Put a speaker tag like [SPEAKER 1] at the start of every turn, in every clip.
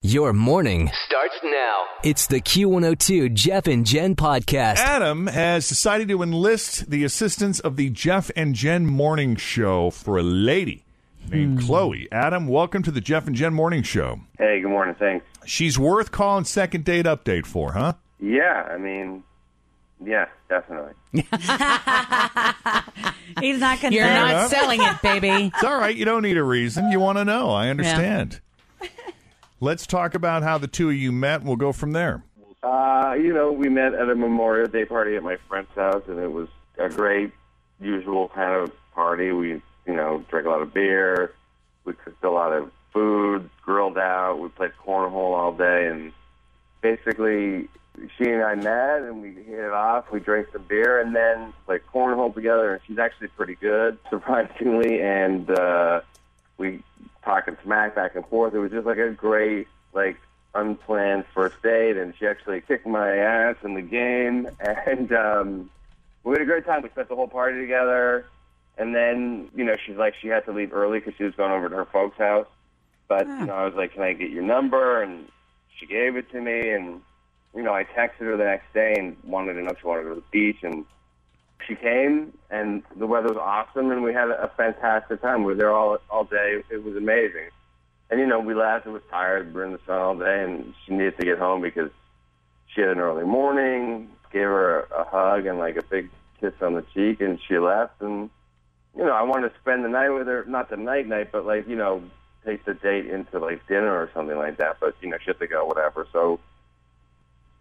[SPEAKER 1] Your morning
[SPEAKER 2] starts now.
[SPEAKER 1] It's the Q102 Jeff and Jen podcast.
[SPEAKER 3] Adam has decided to enlist the assistance of the Jeff and Jen Morning Show for a lady named Chloe. Adam, welcome to the Jeff and Jen Morning Show.
[SPEAKER 4] Hey, good morning. Thanks.
[SPEAKER 3] She's worth calling second date update for, huh?
[SPEAKER 4] Yeah, I mean, yeah, definitely.
[SPEAKER 5] He's not going
[SPEAKER 6] You're not
[SPEAKER 3] enough.
[SPEAKER 6] selling it, baby.
[SPEAKER 3] It's all right. You don't need a reason. You want to know. I understand. Let's talk about how the two of you met. We'll go from there.
[SPEAKER 4] Uh, you know, we met at a Memorial Day party at my friend's house, and it was a great, usual kind of party. We, you know, drank a lot of beer. We cooked a lot of food, grilled out. We played cornhole all day, and basically, she and I met, and we hit it off. We drank some beer, and then played cornhole together. And she's actually pretty good, surprisingly. And uh, we talking smack back and forth. It was just like a great, like unplanned first date, and she actually kicked my ass in the game, and um, we had a great time. We spent the whole party together, and then you know she's like she had to leave early because she was going over to her folks' house, but you know I was like, can I get your number? And she gave it to me, and you know I texted her the next day and wanted to know if she wanted to go to the beach and. She came and the weather was awesome and we had a fantastic time. We were there all all day. It was amazing. And you know, we laughed and was tired. We were in the sun all day, and she needed to get home because she had an early morning. Gave her a, a hug and like a big kiss on the cheek, and she left. And you know, I wanted to spend the night with her, not the night night, but like you know, take the date into like dinner or something like that. But you know, she had to go, whatever. So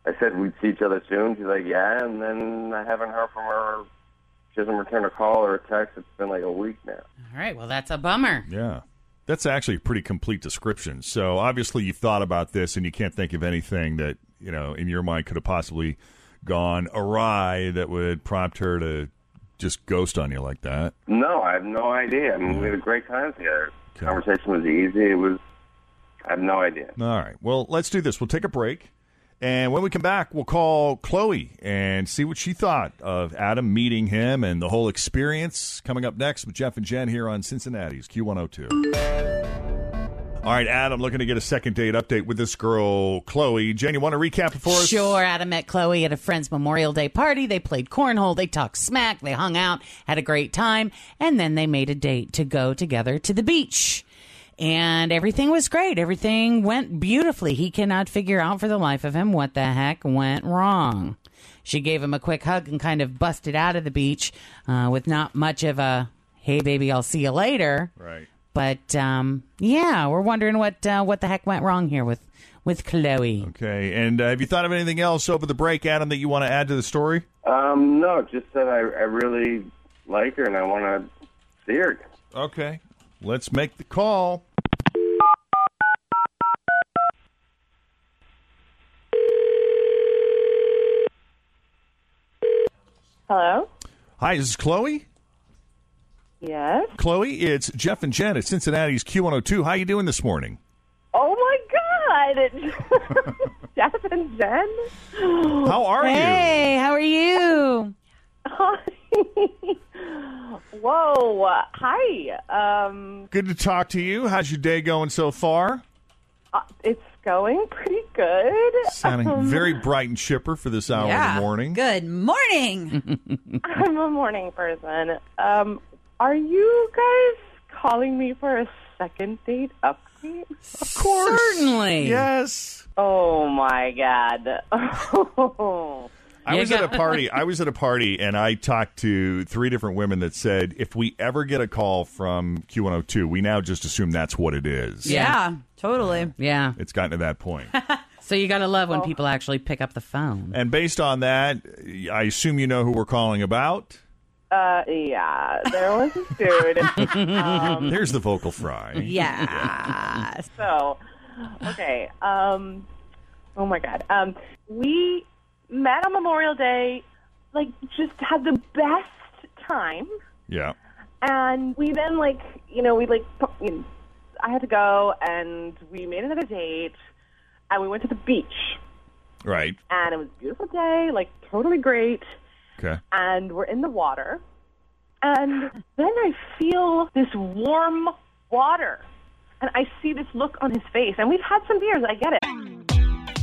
[SPEAKER 4] I said we'd see each other soon. She's like, yeah, and then I haven't heard from her. She hasn't returned a call or a text. It's been like a week now.
[SPEAKER 6] All right, well, that's a bummer.
[SPEAKER 3] Yeah. That's actually a pretty complete description. So obviously you've thought about this and you can't think of anything that, you know, in your mind could have possibly gone awry that would prompt her to just ghost on you like that.
[SPEAKER 4] No, I have no idea. I mean, we had a great time together.
[SPEAKER 3] Okay.
[SPEAKER 4] Conversation was easy. It was. I have no idea.
[SPEAKER 3] All right. Well, let's do this. We'll take a break. And when we come back, we'll call Chloe and see what she thought of Adam meeting him and the whole experience. Coming up next with Jeff and Jen here on Cincinnati's Q102. All right, Adam, looking to get a second date update with this girl, Chloe. Jen, you want to recap it for us?
[SPEAKER 6] Sure, Adam met Chloe at a friend's Memorial Day party. They played cornhole, they talked smack, they hung out, had a great time, and then they made a date to go together to the beach. And everything was great. Everything went beautifully. He cannot figure out for the life of him what the heck went wrong. She gave him a quick hug and kind of busted out of the beach uh, with not much of a, hey, baby, I'll see you later.
[SPEAKER 3] Right.
[SPEAKER 6] But um, yeah, we're wondering what uh, what the heck went wrong here with with Chloe.
[SPEAKER 3] Okay. And uh, have you thought of anything else over the break, Adam, that you want to add to the story?
[SPEAKER 4] Um, no, just that I, I really like her and I want to see her. again.
[SPEAKER 3] Okay. Let's make the call.
[SPEAKER 7] Hello?
[SPEAKER 3] Hi, this is Chloe.
[SPEAKER 7] Yes?
[SPEAKER 3] Chloe, it's Jeff and Jen at Cincinnati's Q102. How you doing this morning?
[SPEAKER 7] Oh my God! Jeff and Jen?
[SPEAKER 3] How are you?
[SPEAKER 6] Hey, how are you?
[SPEAKER 7] Hi. Whoa. Hi. Um,
[SPEAKER 3] Good to talk to you. How's your day going so far?
[SPEAKER 7] uh, it's going pretty good.
[SPEAKER 3] Sounding very bright and chipper for this hour of the morning.
[SPEAKER 5] Good morning.
[SPEAKER 7] I'm a morning person. Um, are you guys calling me for a second date update?
[SPEAKER 6] Of course. Certainly.
[SPEAKER 3] Yes.
[SPEAKER 7] Oh my God.
[SPEAKER 3] I was at a party. I was at a party and I talked to three different women that said if we ever get a call from Q102, we now just assume that's what it is.
[SPEAKER 5] yeah, totally.
[SPEAKER 6] Yeah.
[SPEAKER 3] It's gotten to that point.
[SPEAKER 6] So you got to love when people actually pick up the phone.
[SPEAKER 3] and based on that, I assume you know who we're calling about.
[SPEAKER 7] uh, yeah, there was a dude.
[SPEAKER 3] There's the vocal fry.
[SPEAKER 5] Yeah.
[SPEAKER 7] So Okay. Um, oh my God. Um, we met on Memorial Day, like just had the best time,
[SPEAKER 3] Yeah.
[SPEAKER 7] and we then like you know we like pu- you know, I had to go, and we made another date, and we went to the beach,
[SPEAKER 3] Right.
[SPEAKER 7] and it was a beautiful day, like totally great,
[SPEAKER 3] Okay.
[SPEAKER 7] and we're in the water, and then I feel this warm water. And I see this look on his face, and we've had some beers. I get it.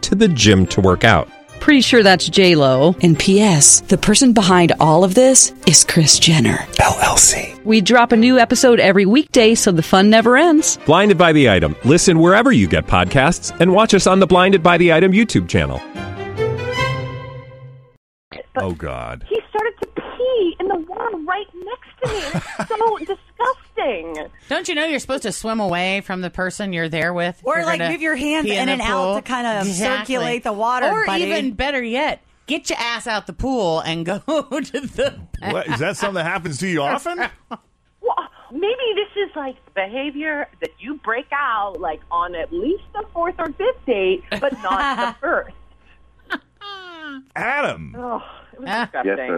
[SPEAKER 8] to the gym to work out.
[SPEAKER 9] Pretty sure that's J Lo.
[SPEAKER 2] And PS, the person behind all of this is Chris Jenner.
[SPEAKER 8] LLC.
[SPEAKER 9] We drop a new episode every weekday, so the fun never ends.
[SPEAKER 8] Blinded by the item. Listen wherever you get podcasts, and watch us on the Blinded by the Item YouTube channel.
[SPEAKER 7] But
[SPEAKER 3] oh God.
[SPEAKER 7] he started to pee in the water right next to me. It's so disgusting.
[SPEAKER 6] Don't you know you're supposed to swim away from the person you're there with? if
[SPEAKER 5] Or,
[SPEAKER 6] you're
[SPEAKER 5] like,
[SPEAKER 6] gonna
[SPEAKER 5] move your hands
[SPEAKER 6] pee
[SPEAKER 5] in
[SPEAKER 6] the
[SPEAKER 5] and out
[SPEAKER 6] pool?
[SPEAKER 5] to kind of circulate the water,
[SPEAKER 6] Or
[SPEAKER 5] buddy.
[SPEAKER 6] even better yet, get your ass out the pool and go to the.
[SPEAKER 3] What, is that something that happens to you often?
[SPEAKER 7] Well, maybe this is like behavior that you break out like on at least the fourth or fifth date, but not the first.
[SPEAKER 3] Adam,
[SPEAKER 7] Oh, it was
[SPEAKER 6] Ah.
[SPEAKER 7] disgusting.
[SPEAKER 4] Yes,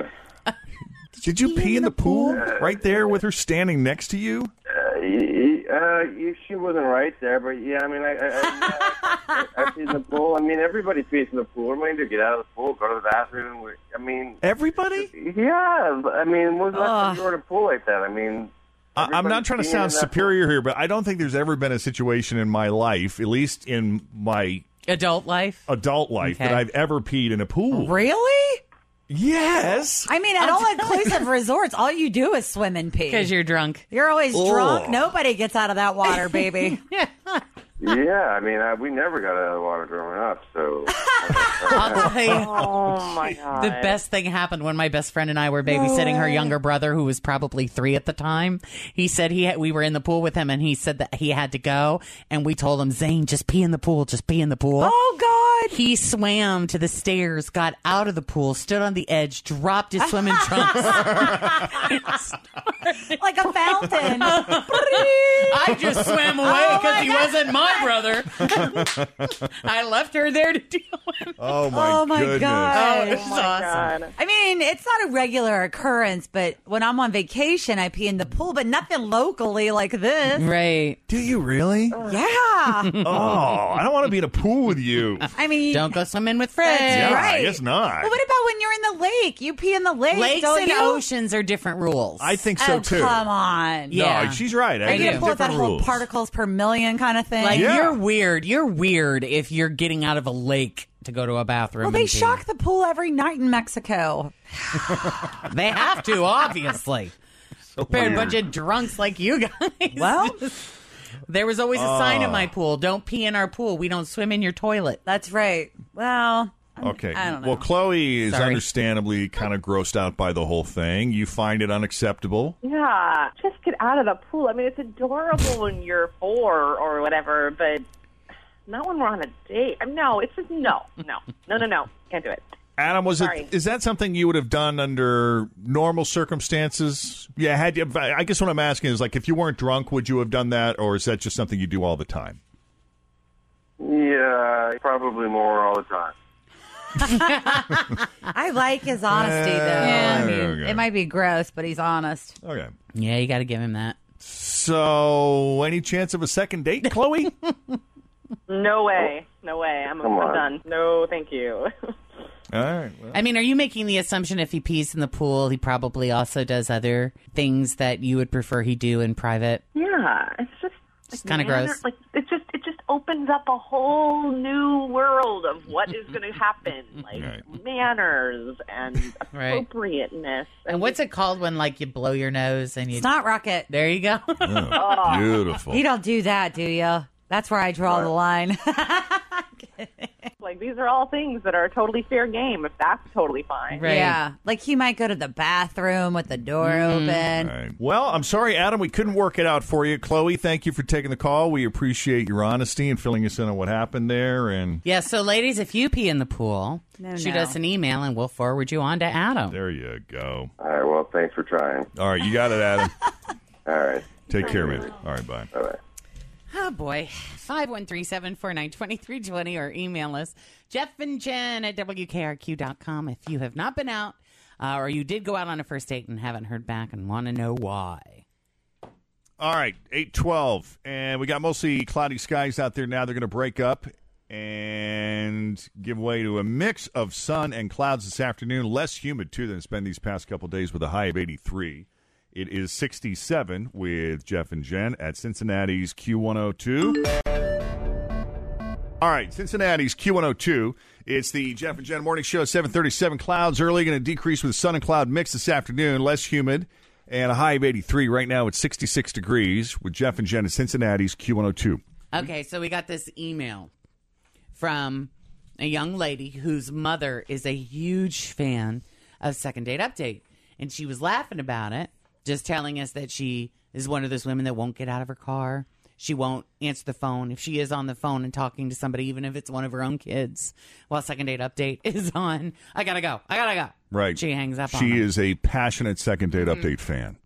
[SPEAKER 4] sir.
[SPEAKER 3] did you pee in the pool right there with her standing next to you?
[SPEAKER 4] Uh, y- y- uh, y- she wasn't right there, but yeah, I mean, I, I, I, I, I peed in the pool. I mean, everybody pees in the pool. What am I going to do? Get out of the pool, go to the bathroom? We- I mean,
[SPEAKER 3] Everybody?
[SPEAKER 4] yeah, but, I mean, what's the last time you were in a pool like that? I mean,
[SPEAKER 3] I- I'm not
[SPEAKER 4] everybody's
[SPEAKER 3] trying to
[SPEAKER 4] peeing
[SPEAKER 3] sound
[SPEAKER 4] in that pool.
[SPEAKER 3] superior here, but I don't think there's ever been a situation in my life, at least in my
[SPEAKER 6] Adult life.
[SPEAKER 3] adult life, that
[SPEAKER 6] Okay.
[SPEAKER 3] I've ever peed in a pool.
[SPEAKER 5] Really?
[SPEAKER 3] Yes.
[SPEAKER 5] I mean, at all inclusive resorts, all you do is swim and pee.
[SPEAKER 6] Because you're drunk.
[SPEAKER 5] You're always
[SPEAKER 3] Oh.
[SPEAKER 5] drunk. Nobody gets out of that water, baby.
[SPEAKER 4] Yeah, I mean, I, we never got out of the water growing up, so.
[SPEAKER 6] I'll tell you,
[SPEAKER 7] Oh my god.
[SPEAKER 6] the best thing happened when my best friend and I were babysitting her younger brother, who was probably three at the time. He said he had, we were in the pool with him, and he said that he had to go, and we told him, Zane, just pee in the pool, just pee in the pool.
[SPEAKER 5] oh, God.
[SPEAKER 6] He swam to the stairs, got out of the pool, stood on the edge, dropped his swimming trunks.
[SPEAKER 5] Like a fountain. Oh
[SPEAKER 6] I just swam away because he wasn't my brother. I left her there to deal with. it.
[SPEAKER 3] Oh my,
[SPEAKER 5] Oh, my
[SPEAKER 3] goodness.
[SPEAKER 5] God.
[SPEAKER 6] It's awesome.
[SPEAKER 5] I mean, it's not a regular occurrence, but when I'm on vacation, I pee in the pool, but nothing locally like this.
[SPEAKER 6] Right.
[SPEAKER 3] Do you really?
[SPEAKER 5] Yeah.
[SPEAKER 3] Oh, I don't want to be in a pool with you.
[SPEAKER 5] I mean,
[SPEAKER 6] Don't go swimming with
[SPEAKER 3] Yeah,
[SPEAKER 6] Fred.
[SPEAKER 3] I guess not.
[SPEAKER 5] Well, what about when you're in the lake? You pee in the lake,
[SPEAKER 6] Lakes
[SPEAKER 5] don't
[SPEAKER 6] and
[SPEAKER 5] you?
[SPEAKER 6] oceans are different rules.
[SPEAKER 3] I think so
[SPEAKER 5] oh,
[SPEAKER 3] too.
[SPEAKER 5] come on.
[SPEAKER 3] No,
[SPEAKER 6] Yeah.
[SPEAKER 3] she's right. I
[SPEAKER 5] Are you
[SPEAKER 3] think
[SPEAKER 5] going to pull out that
[SPEAKER 3] different
[SPEAKER 5] whole
[SPEAKER 3] rules.
[SPEAKER 5] particles per million kind of thing?
[SPEAKER 6] like
[SPEAKER 3] Yeah.
[SPEAKER 6] you're weird. You're weird if you're getting out of a lake to go to a bathroom.
[SPEAKER 5] well, they
[SPEAKER 6] and pee.
[SPEAKER 5] shock the pool every night in Mexico.
[SPEAKER 6] They have to, obviously. They're a bunch of drunks like you guys.
[SPEAKER 5] Well,
[SPEAKER 6] There was always a sign
[SPEAKER 3] Ah.
[SPEAKER 6] in my pool: "Don't pee in our pool. We don't swim in your toilet."
[SPEAKER 5] that's right. Well,
[SPEAKER 3] Okay.
[SPEAKER 5] I don't know.
[SPEAKER 3] Well, Chloe is
[SPEAKER 6] Sorry.
[SPEAKER 3] understandably kind of grossed out by the whole thing. You find it unacceptable.
[SPEAKER 7] Yeah, just get out of the pool. I mean, it's adorable when you're four or whatever, but not when we're on a date. Um, No, it's just no, no, no, no, no. Can't do it.
[SPEAKER 3] Adam, was
[SPEAKER 7] Sorry.
[SPEAKER 3] it is that something you would have done under normal circumstances? Yeah, had you, I guess what I'm asking is like if you weren't drunk, would you have done that, or is that just something you do all the time?
[SPEAKER 4] Yeah, probably more all the time.
[SPEAKER 5] I like his honesty, though.
[SPEAKER 3] Yeah,
[SPEAKER 5] I mean,
[SPEAKER 3] okay.
[SPEAKER 5] it might be gross, but he's honest.
[SPEAKER 3] Okay.
[SPEAKER 6] Yeah, you got to give him that.
[SPEAKER 3] So, any chance of a second date, Chloe?
[SPEAKER 7] No way, no way. I'm,
[SPEAKER 4] Oh, Come
[SPEAKER 7] I'm
[SPEAKER 4] on.
[SPEAKER 7] done. No, thank you.
[SPEAKER 3] all right. Well,
[SPEAKER 6] I mean, are you making the assumption if he pees in the pool, he probably also does other things that you would prefer he do in private?
[SPEAKER 7] yeah, it's just.
[SPEAKER 6] Just
[SPEAKER 7] like,
[SPEAKER 6] kinda
[SPEAKER 7] manner-
[SPEAKER 6] gross.
[SPEAKER 7] Like it just it just opens up a whole new world of what is going to happen, like
[SPEAKER 3] Right.
[SPEAKER 7] manners and
[SPEAKER 6] Right.
[SPEAKER 7] appropriateness.
[SPEAKER 6] And what's it called when like you blow your nose and you?
[SPEAKER 5] It's not rocket.
[SPEAKER 6] There you go.
[SPEAKER 3] beautiful.
[SPEAKER 5] You don't do that, do you? That's where I draw the line.
[SPEAKER 7] Like these are all things that are totally fair game if that's totally fine.
[SPEAKER 5] Yeah. Like he might go to the bathroom with the door open.
[SPEAKER 3] All Mm, right. Well, I'm sorry, Adam, we couldn't work it out for you. Chloe, thank you for taking the call. We appreciate your honesty and filling us in on what happened there. And
[SPEAKER 6] Yeah, so ladies, if you pee in the pool,
[SPEAKER 5] No,
[SPEAKER 6] shoot
[SPEAKER 5] no.
[SPEAKER 6] us an email and we'll forward you on to Adam.
[SPEAKER 3] there you go.
[SPEAKER 4] All right. Well, thanks for trying.
[SPEAKER 3] All right, you got it, Adam.
[SPEAKER 4] All right.
[SPEAKER 3] Take care, man. All right, bye.
[SPEAKER 4] All right.
[SPEAKER 6] Oh boy. 513-749-2320 or email us Jeff and Jen at WKRQ.com if you have not been out uh, or you did go out on a first date and haven't heard back and want to know why.
[SPEAKER 3] All right, 812. And we got mostly cloudy skies out there now. They're going to break up and give way to a mix of sun and clouds this afternoon. Less humid, too, than it's been these past couple days with a high of 83. It is 67 with Jeff and Jen at Cincinnati's Q102. All right, Cincinnati's Q102. It's the Jeff and Jen Morning Show, 737 clouds early, going to decrease with sun and cloud mix this afternoon, less humid, and a high of 83. Right now it's 66 degrees with Jeff and Jen at Cincinnati's Q102.
[SPEAKER 6] Okay, so we got this email from a young lady whose mother is a huge fan of Second Date Update. And she was laughing about it, just telling us that she is one of those women that won't get out of her car. She won't answer the phone if she is on the phone and talking to somebody, even if it's one of her own kids, while Second Date Update is on. I gotta go. I gotta go.
[SPEAKER 3] Right.
[SPEAKER 6] She hangs up on
[SPEAKER 3] She is a passionate second date update fan.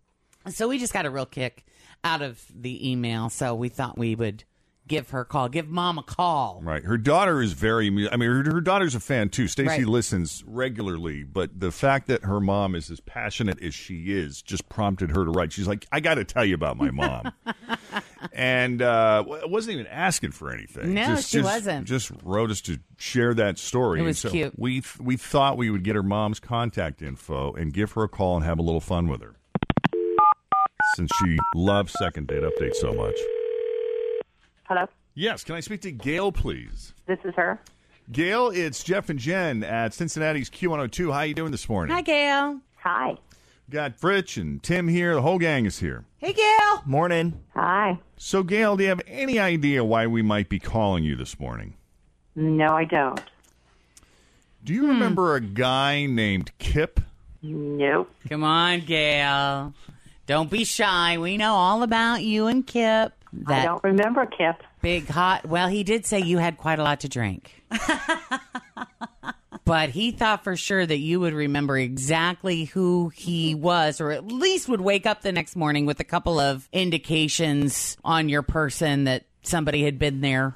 [SPEAKER 6] so we just got a real kick out of the email. So we thought we would give her a call, give mom a call.
[SPEAKER 3] Right. Her daughter is very, mu- I mean, her, her daughter's a fan too. Stacy
[SPEAKER 6] Right.
[SPEAKER 3] listens regularly, but the fact that her mom is as passionate as she is just prompted her to write. She's like, I got to tell you about my mom. and uh, w- wasn't even asking for anything.
[SPEAKER 6] No, she wasn't.
[SPEAKER 3] Just wrote us to share that story.
[SPEAKER 6] It
[SPEAKER 3] And
[SPEAKER 6] was
[SPEAKER 3] so
[SPEAKER 6] cute.
[SPEAKER 3] We, th- we thought we would get her mom's contact info and give her a call and have a little fun with her. Since she loves second date update so much.
[SPEAKER 7] Hello,
[SPEAKER 3] Yes, can I speak to Gail, please?
[SPEAKER 7] this is her.
[SPEAKER 3] Gail, it's Jeff and Jen at Cincinnati's Q102. How you doing this morning?
[SPEAKER 6] Hi, Gail.
[SPEAKER 7] Hi.
[SPEAKER 3] Got Fritch and Tim here. The whole gang is here.
[SPEAKER 5] Hey, Gail.
[SPEAKER 10] Morning.
[SPEAKER 7] Hi.
[SPEAKER 3] So, Gail, do you have any idea why we might be calling you this morning?
[SPEAKER 7] No, I don't.
[SPEAKER 3] Do
[SPEAKER 7] Hmm.
[SPEAKER 3] you remember a guy named Kip?
[SPEAKER 7] Nope.
[SPEAKER 6] Come on, Gail. Don't be shy. We know all about you and Kip. That
[SPEAKER 7] I don't remember Kip.
[SPEAKER 6] big hot. Well, he did say you had quite a lot to drink. but he thought for sure that you would remember exactly who he was, or at least would wake up the next morning with a couple of indications on your person that somebody had been there.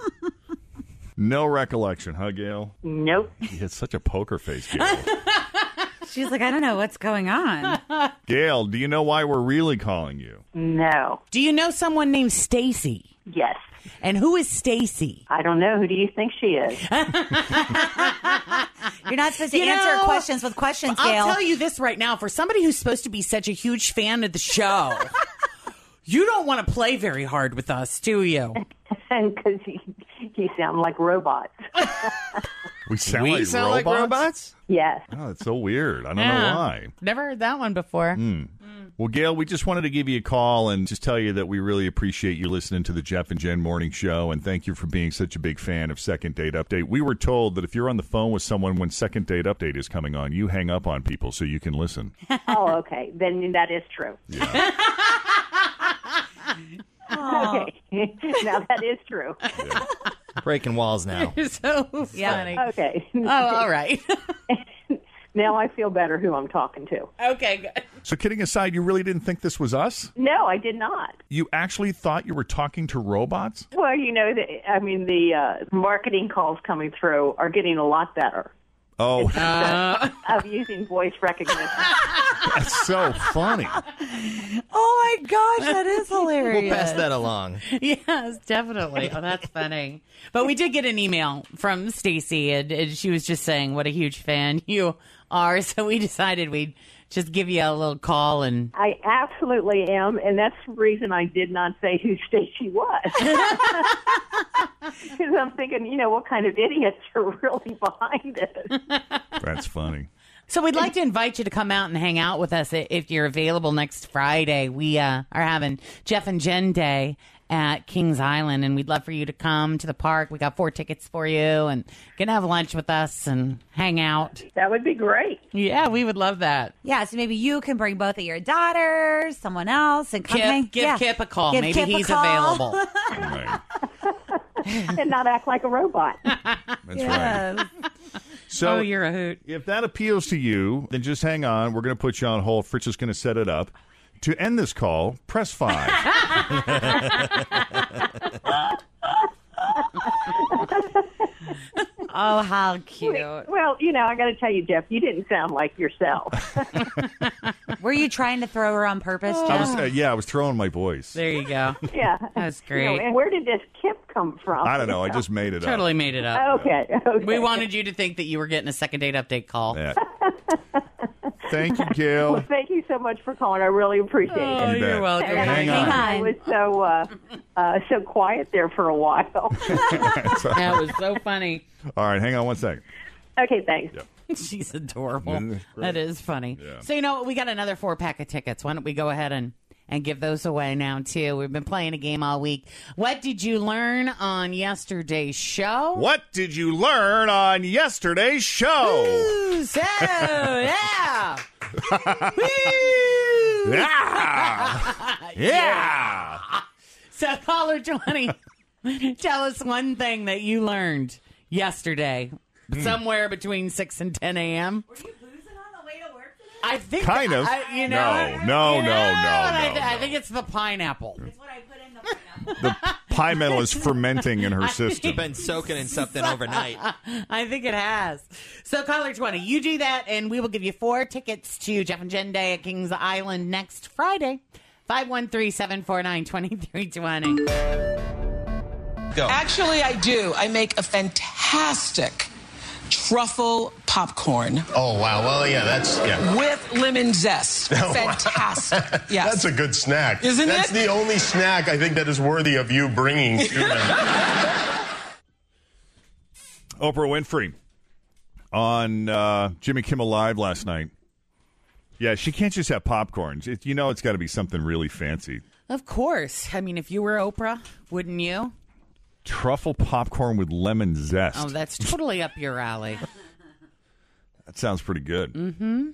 [SPEAKER 3] No recollection, huh, Gail?
[SPEAKER 7] Nope.
[SPEAKER 3] He had such a poker face, Gail.
[SPEAKER 5] She's like, I don't know what's going on.
[SPEAKER 3] Gail, do you know why we're really calling you?
[SPEAKER 7] No.
[SPEAKER 6] Do you know someone named Stacy?
[SPEAKER 7] Yes.
[SPEAKER 6] And who is Stacy?
[SPEAKER 7] I don't know. Who do you think she is?
[SPEAKER 5] You're not supposed to
[SPEAKER 6] You
[SPEAKER 5] answer
[SPEAKER 6] know,
[SPEAKER 5] questions with questions, Gail.
[SPEAKER 6] I'll tell you this right now. For somebody who's supposed to be such a huge fan of the show, you don't want to play very hard with us, do you?
[SPEAKER 7] Because you, you sound like robots.
[SPEAKER 3] We sound,
[SPEAKER 10] We
[SPEAKER 3] like,
[SPEAKER 10] sound like
[SPEAKER 3] robots?
[SPEAKER 10] robots?
[SPEAKER 7] Yes.
[SPEAKER 3] Oh, that's so weird. I don't know
[SPEAKER 6] Yeah.
[SPEAKER 3] why.
[SPEAKER 6] Never heard that one before.
[SPEAKER 3] Mm. Well, Gail, we just wanted to give you a call and just tell you that we really appreciate you listening to the Jeff and Jen Morning Show, and thank you for being such a big fan of Second Date Update. We were told that if you're on the phone with someone when Second Date Update is coming on, you hang up on people so you can listen.
[SPEAKER 7] Oh, okay. Then that is true. okay. now that is true.
[SPEAKER 10] Breaking walls now.
[SPEAKER 6] so funny.
[SPEAKER 7] Okay.
[SPEAKER 6] Oh, all right.
[SPEAKER 7] now I feel better who I'm talking to.
[SPEAKER 6] okay, good.
[SPEAKER 3] So, kidding aside, you really didn't think this was us?
[SPEAKER 7] No, I did not.
[SPEAKER 3] You actually thought you were talking to robots?
[SPEAKER 7] Well, you know, the, I mean, the uh, marketing calls coming through are getting a lot better
[SPEAKER 3] Oh,
[SPEAKER 6] Uh.
[SPEAKER 7] of using voice recognition.
[SPEAKER 3] that's so funny.
[SPEAKER 5] oh my gosh, that is hilarious.
[SPEAKER 10] We'll pass that along.
[SPEAKER 6] Yes, definitely. Oh, that's funny. But we did get an email from Stacy, and, and she was just saying what a huge fan you are. So we decided we'd just give you a little call and
[SPEAKER 7] I absolutely am, and that's the reason I did not say who Stacy was. Because I'm thinking, you know, what kind of idiots are really behind this?
[SPEAKER 3] That's funny.
[SPEAKER 6] So we'd like to invite you to come out and hang out with us i- if you're available next Friday. We uh, are having Jeff and Jen Day at Kings Island, and we'd love for you to come to the park. We got four tickets for you, and gonna have lunch with us and hang out.
[SPEAKER 7] That would be great.
[SPEAKER 6] Yeah, we would love that.
[SPEAKER 5] Yeah, so maybe you can bring both of your daughters, someone else, and come
[SPEAKER 6] Kip,
[SPEAKER 5] hang-
[SPEAKER 6] give
[SPEAKER 5] yeah.
[SPEAKER 6] Kip a call.
[SPEAKER 5] Give
[SPEAKER 6] Maybe
[SPEAKER 5] Kip a
[SPEAKER 6] he's
[SPEAKER 5] call.
[SPEAKER 6] available.
[SPEAKER 7] and not act like a robot.
[SPEAKER 3] That's right. So
[SPEAKER 6] Oh, you're a hoot.
[SPEAKER 3] If that appeals to you, then just hang on. We're going to put you on hold. Fritz is going to set it up. To end this call, press five.
[SPEAKER 6] oh, how cute.
[SPEAKER 7] Well, you know, I got to tell you, Jeff, you didn't sound like yourself.
[SPEAKER 5] Were you trying to throw her on purpose,
[SPEAKER 3] I was,
[SPEAKER 5] Jeff?
[SPEAKER 3] uh, yeah, I was throwing my voice.
[SPEAKER 6] There you go.
[SPEAKER 7] Yeah.
[SPEAKER 6] That's
[SPEAKER 7] You know,
[SPEAKER 6] great.
[SPEAKER 7] and where did this Kip come from?
[SPEAKER 3] I don't know. Oh, I just made it
[SPEAKER 6] totally
[SPEAKER 3] up.
[SPEAKER 6] made it up.
[SPEAKER 7] Okay. okay.
[SPEAKER 6] We wanted you to think that you were getting a second date update call.
[SPEAKER 3] Yeah. Thank you,
[SPEAKER 7] Well,
[SPEAKER 3] Gail.
[SPEAKER 7] thank you so much for calling. I really appreciate it.
[SPEAKER 6] Oh,
[SPEAKER 3] You
[SPEAKER 6] you're
[SPEAKER 3] bet.
[SPEAKER 6] welcome.
[SPEAKER 7] And
[SPEAKER 3] Hang
[SPEAKER 7] I-
[SPEAKER 3] on.
[SPEAKER 7] I was so uh, uh, so quiet there for a while.
[SPEAKER 3] That's all right.
[SPEAKER 6] That was so funny.
[SPEAKER 3] All right, hang on one second.
[SPEAKER 7] okay, thanks.
[SPEAKER 6] She's adorable.
[SPEAKER 3] Isn't that great?
[SPEAKER 6] That is funny.
[SPEAKER 3] Yeah.
[SPEAKER 6] So you know what? We got another four pack of tickets. Why don't we go ahead and and give those away now too? We've been playing a game all week. What did you learn on yesterday's show?
[SPEAKER 3] What did you learn on yesterday's show?
[SPEAKER 6] Ooh, so yeah. Woo!
[SPEAKER 3] Yeah. Yeah.
[SPEAKER 6] So caller twenty, tell us one thing that you learned yesterday,
[SPEAKER 3] Hmm.
[SPEAKER 6] somewhere between six and ten a.m. I think
[SPEAKER 3] Kind of.
[SPEAKER 6] I, you
[SPEAKER 3] No,
[SPEAKER 6] know,
[SPEAKER 3] no,
[SPEAKER 6] you know
[SPEAKER 3] no, no,
[SPEAKER 6] what I,
[SPEAKER 3] no,
[SPEAKER 6] thi- I
[SPEAKER 3] no.
[SPEAKER 6] think it's the pineapple.
[SPEAKER 3] The pie metal is fermenting in her system.
[SPEAKER 10] Been soaking in something overnight.
[SPEAKER 6] I think it has. So, caller 20, you do that, and we will give you four tickets to Jeff and Jen Day at Kings Island next Friday. 513 749 2320.
[SPEAKER 10] Go.
[SPEAKER 11] Actually, I do. I make a fantastic truffle popcorn
[SPEAKER 12] Oh wow! Well, yeah, that's yeah.
[SPEAKER 11] with lemon zest. Fantastic. Yes.
[SPEAKER 12] That's a good snack.
[SPEAKER 11] Isn't
[SPEAKER 12] that's
[SPEAKER 11] it?
[SPEAKER 12] the only snack I think that is worthy of you bringing to them.
[SPEAKER 3] Oprah Winfrey on uh, Jimmy Kimmel Live last night. Yeah, she can't just have popcorn. It- you know, it's got to be something really fancy.
[SPEAKER 6] Of course. I mean, if you were Oprah, wouldn't you?
[SPEAKER 3] Truffle popcorn with lemon zest.
[SPEAKER 6] Oh, that's totally up your alley. Hmm?
[SPEAKER 3] That sounds pretty good.
[SPEAKER 6] Mm.
[SPEAKER 3] Mm-hmm.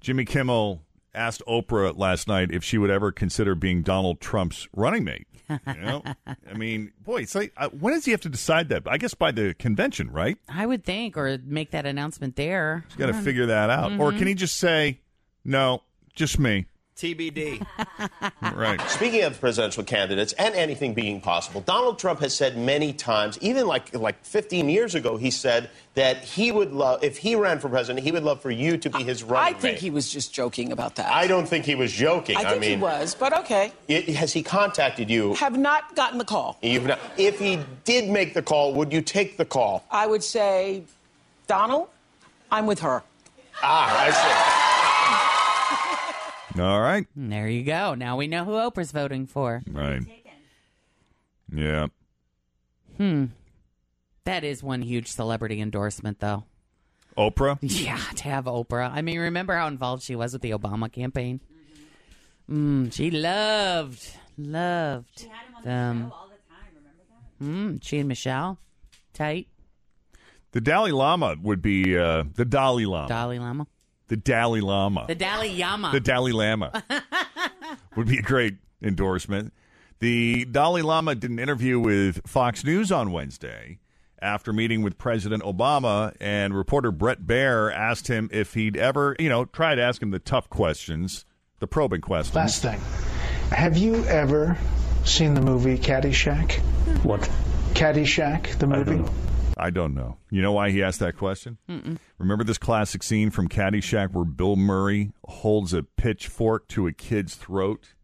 [SPEAKER 3] Jimmy Kimmel asked Oprah last night if she would ever consider being Donald Trump's running mate. You know? I mean, boy, it's like uh, when does he have to decide that? I guess by the convention, right?
[SPEAKER 6] I would think, or make that announcement there. Mm-hmm.
[SPEAKER 3] He's got to figure that out, or can he just say, "No, just me"?
[SPEAKER 10] TBD.
[SPEAKER 3] Right.
[SPEAKER 12] Speaking of presidential candidates and anything being possible, Donald Trump has said many times, even like like 15 years ago, he said that he would love if he ran for president, he would love for you to be his
[SPEAKER 11] I
[SPEAKER 12] running
[SPEAKER 11] think
[SPEAKER 12] mate.
[SPEAKER 11] he was just joking about that.
[SPEAKER 12] I don't think he was joking.
[SPEAKER 11] I
[SPEAKER 12] I,
[SPEAKER 11] think
[SPEAKER 12] mean,
[SPEAKER 11] he was, but okay.
[SPEAKER 12] it- has he contacted you?
[SPEAKER 11] Have not gotten the call.
[SPEAKER 12] You've not- if he did make the call, would you take the call?
[SPEAKER 11] I would say, Donald, I'm with her.
[SPEAKER 12] Ah, I see.
[SPEAKER 3] All right,
[SPEAKER 6] There you go. Now we know who Oprah's voting for.
[SPEAKER 3] right. Yeah,
[SPEAKER 6] Hmm. That is one huge celebrity endorsement, though.
[SPEAKER 3] Oprah.
[SPEAKER 6] Yeah, to have Oprah. I mean, remember how involved she was with the Obama campaign? Mm, she loved, loved she had him on them. The show all the time. Remember that? Mm, she and Michelle, tight.
[SPEAKER 3] The Dalai Lama would be uh, the Dalai Lama.
[SPEAKER 6] Dalai Lama,
[SPEAKER 3] the Dalai Lama.
[SPEAKER 6] the Dalai Lama.
[SPEAKER 3] Uh, the Dalai Lama would be a great endorsement. The Dalai Lama did an interview with Fox News on Wednesday after meeting with President Obama, and reporter Brett Baer asked him if he'd ever, you know, try to ask him the tough questions, the probing questions.
[SPEAKER 13] Last thing. Have you ever seen the movie Caddyshack? What? Caddyshack, the movie?
[SPEAKER 3] I don't know. You know why he asked that question? Remember this classic scene from Caddyshack where Bill Murray holds a pitchfork to a kid's throat?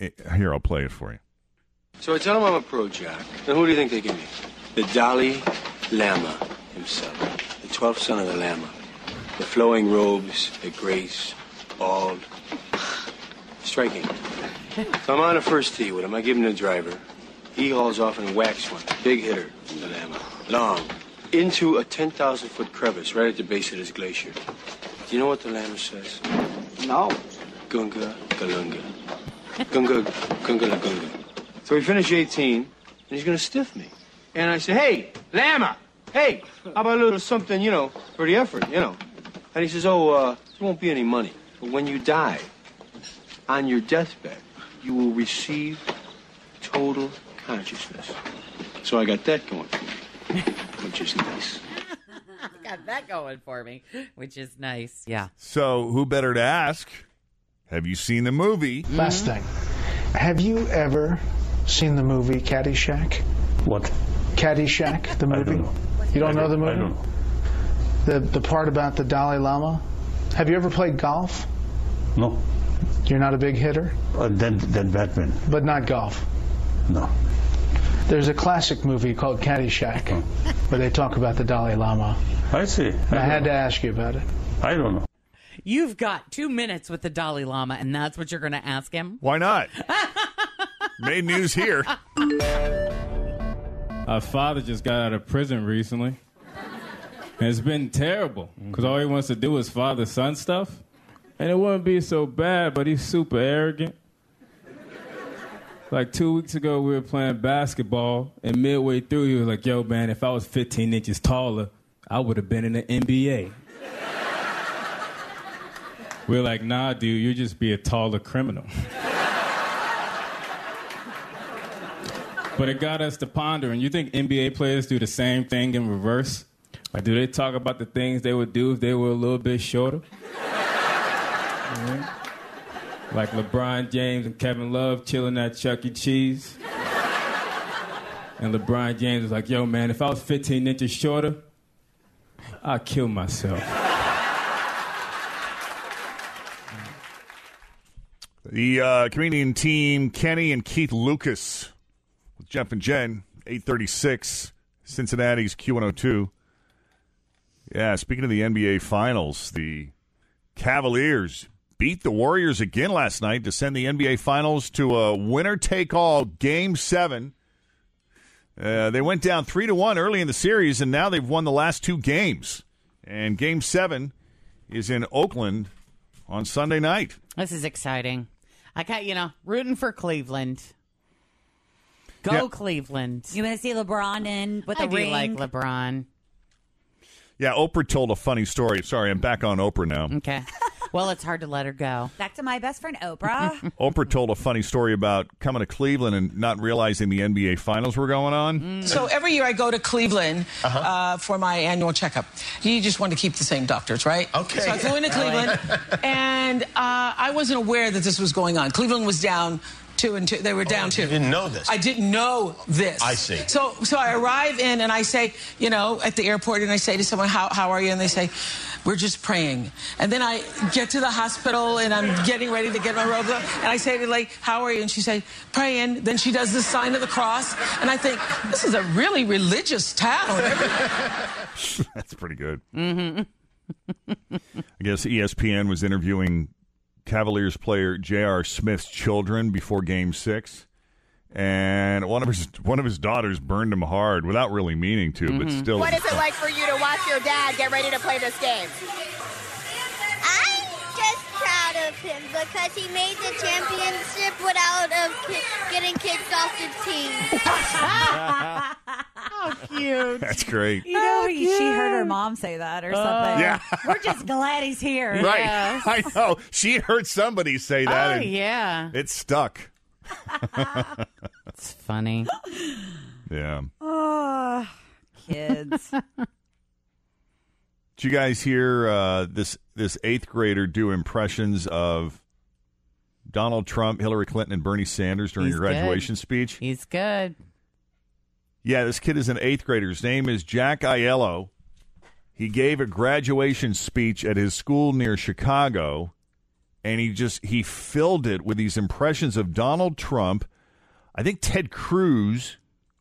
[SPEAKER 3] Eh, Here, I'll play it for you.
[SPEAKER 14] So I tell him I'm a pro jack. And who do you think they give me? The Dalai Lama himself, the 12th son of the Lama. The flowing robes, the grace, bald. Striking. So I'm on a first tee with him. I give him the driver. He hauls off and whacks one. Big hitter, the Lama. Long. Into a 10,000 foot crevice right at the base of this glacier. Do you know what the Lama says? No. Gunga Galunga. Gunga, gunga, la gunga. So we finish 18, and he's gonna stiff me. And I say, hey, Lama, hey, how about a little something, you know, for the effort, you know? And he says, oh, uh, there won't be any money. But when you die, on your deathbed, you will receive total consciousness. So I got that going for me, which is nice.
[SPEAKER 6] Got that going for me, which is nice. Yeah.
[SPEAKER 3] So, who better to ask? Have you seen the movie?
[SPEAKER 13] Last thing. Have you ever seen the movie Caddyshack? What? Caddyshack, the movie? You don't know the movie? The, the part about the Dalai Lama? Have you ever played golf?
[SPEAKER 15] No.
[SPEAKER 13] You're not a big hitter?
[SPEAKER 15] Uh, then, then Batman.
[SPEAKER 13] But not golf?
[SPEAKER 15] No.
[SPEAKER 13] There's a classic movie called Caddyshack where they talk about the Dalai Lama.
[SPEAKER 15] I see.
[SPEAKER 13] And I had to ask you about it.
[SPEAKER 15] I don't know.
[SPEAKER 6] You've got two minutes with the Dalai Lama, and that's what you're going to ask him?
[SPEAKER 3] Why not? Made news here.
[SPEAKER 16] Our father just got out of prison recently. And it's been terrible because all he wants to do is father son stuff. And it wouldn't be so bad, but he's super arrogant. Like two weeks ago, we were playing basketball, and midway through, he was like, Yo, man, if I was 15 inches taller, I would have been in the NBA. we are like, Nah, dude, you just be a taller criminal. But it got us to pondering. You think NBA players do the same thing in reverse? Like, do they talk about the things they would do if they were a little bit shorter? Mhm. Like LeBron James and Kevin Love chilling at Chuck E. Cheese. And LeBron James was like, yo, man, if I was 15 inches shorter, I'd kill myself.
[SPEAKER 3] The uh, comedian team Kenny and Keith Lucas with Jeff and Jen, 836, Cincinnati's Q102. Yeah, speaking of the NBA Finals, the Cavaliers beat the Warriors again last night to send the NBA Finals to a winner take all game seven. Uh, they went down three to one early in the series, and now they've won the last two games. And game seven is in Oakland on Sunday night.
[SPEAKER 6] This is exciting. I got, you know, rooting for Cleveland. Go
[SPEAKER 3] Yeah.
[SPEAKER 6] Cleveland.
[SPEAKER 5] You want to see LeBron in with
[SPEAKER 6] I
[SPEAKER 5] the
[SPEAKER 6] do
[SPEAKER 5] ring?
[SPEAKER 6] like LeBron.
[SPEAKER 3] Yeah, Oprah told a funny story. Sorry, I'm back on Oprah now.
[SPEAKER 6] Okay. well, it's hard to let her go.
[SPEAKER 5] Back to my best friend Oprah.
[SPEAKER 3] Oprah told a funny story about coming to Cleveland and not realizing the NBA finals were going on.
[SPEAKER 11] Mm. So every year I go to Cleveland uh
[SPEAKER 12] Uh-huh.
[SPEAKER 11] for my annual checkup. You just want to keep the same doctors, right? Okay. So I flew into Cleveland, and uh, I wasn't aware that this was going on. Cleveland was down two and two. They were down two. You
[SPEAKER 12] Oh, didn't know this.
[SPEAKER 11] I didn't know this.
[SPEAKER 12] I see.
[SPEAKER 11] So so I arrive in and I say, you know, at the airport, and I say to someone, "How how are you?" And they say. We're just praying. And then I get to the hospital and I'm getting ready to get my robe on. And I say to like, how are you? And she say, praying. Then she does the sign of the cross. And I think, this is a really religious town.
[SPEAKER 3] That's pretty good.
[SPEAKER 11] Mm-hmm.
[SPEAKER 3] I guess E ESPN was interviewing Cavaliers player J.R. Smith's children before Game Six, and one of his one of his daughters burned him hard without really meaning to, but still.
[SPEAKER 17] What is it like for you to watch your dad get ready to play this game?
[SPEAKER 18] I'm just proud of him because he made the championship without of ki- getting kicked off the team.
[SPEAKER 5] How cute.
[SPEAKER 3] That's great.
[SPEAKER 5] You
[SPEAKER 6] Oh,
[SPEAKER 5] know, he, she heard her mom say that
[SPEAKER 6] Uh,
[SPEAKER 5] or something.
[SPEAKER 3] Yeah.
[SPEAKER 5] We're just glad he's here.
[SPEAKER 3] Right, I know. She heard somebody say that.
[SPEAKER 6] Oh,
[SPEAKER 3] and
[SPEAKER 6] yeah.
[SPEAKER 3] it stuck.
[SPEAKER 6] it's funny.
[SPEAKER 3] Yeah.
[SPEAKER 5] Oh,
[SPEAKER 6] Ah.
[SPEAKER 5] kids.
[SPEAKER 3] Did you guys hear uh, this this eighth grader do impressions of Donald Trump, Hillary Clinton, and Bernie Sanders during
[SPEAKER 6] He's
[SPEAKER 3] your graduation speech?
[SPEAKER 6] He's good.
[SPEAKER 3] Yeah, this kid is an eighth grader. His name is Jack Aiello. He gave a graduation speech at his school near Chicago, and he just he filled it with these impressions of Donald Trump. I think Ted Cruz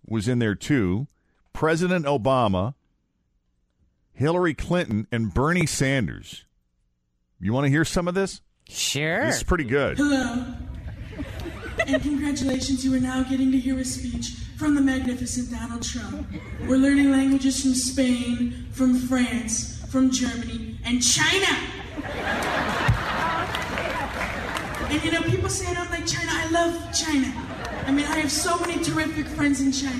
[SPEAKER 3] was in there too, President Obama, Hillary Clinton, and Bernie Sanders. You want to hear some of this?
[SPEAKER 6] Sure.
[SPEAKER 3] This is pretty good.
[SPEAKER 19] Hello. and congratulations, you are now getting to hear a speech from the magnificent Donald Trump. We're learning languages from Spain, from France, from Germany, and China. And you know, people say I don't like China. I love China. I mean, I have so many terrific friends in China.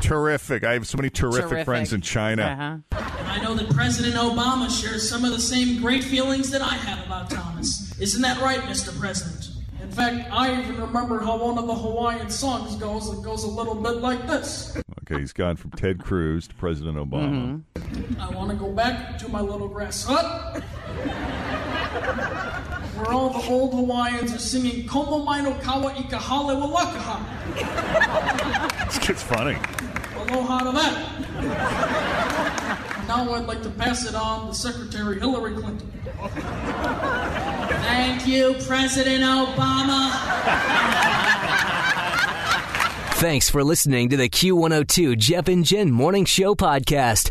[SPEAKER 3] Terrific. I have so many terrific, friends in China.
[SPEAKER 19] And I know that President Obama shares some of the same great feelings that I have about Thomas. Isn't that right, Mr. President? In fact, I even remember how one of the Hawaiian songs goes. It goes a little bit like this.
[SPEAKER 3] Okay, he's gone from Ted Cruz to President Obama.
[SPEAKER 19] I want to go back to my little grass hut. Where all the old Hawaiians are singing Komo Mai no Kawa Ikahale wa Wakaha.
[SPEAKER 3] This kid's funny.
[SPEAKER 19] Aloha to that. now I'd like to pass it on to Secretary Hillary Clinton. Thank you, President Obama.
[SPEAKER 1] Thanks for listening to the Q102 Jeff and Jen Morning Show podcast.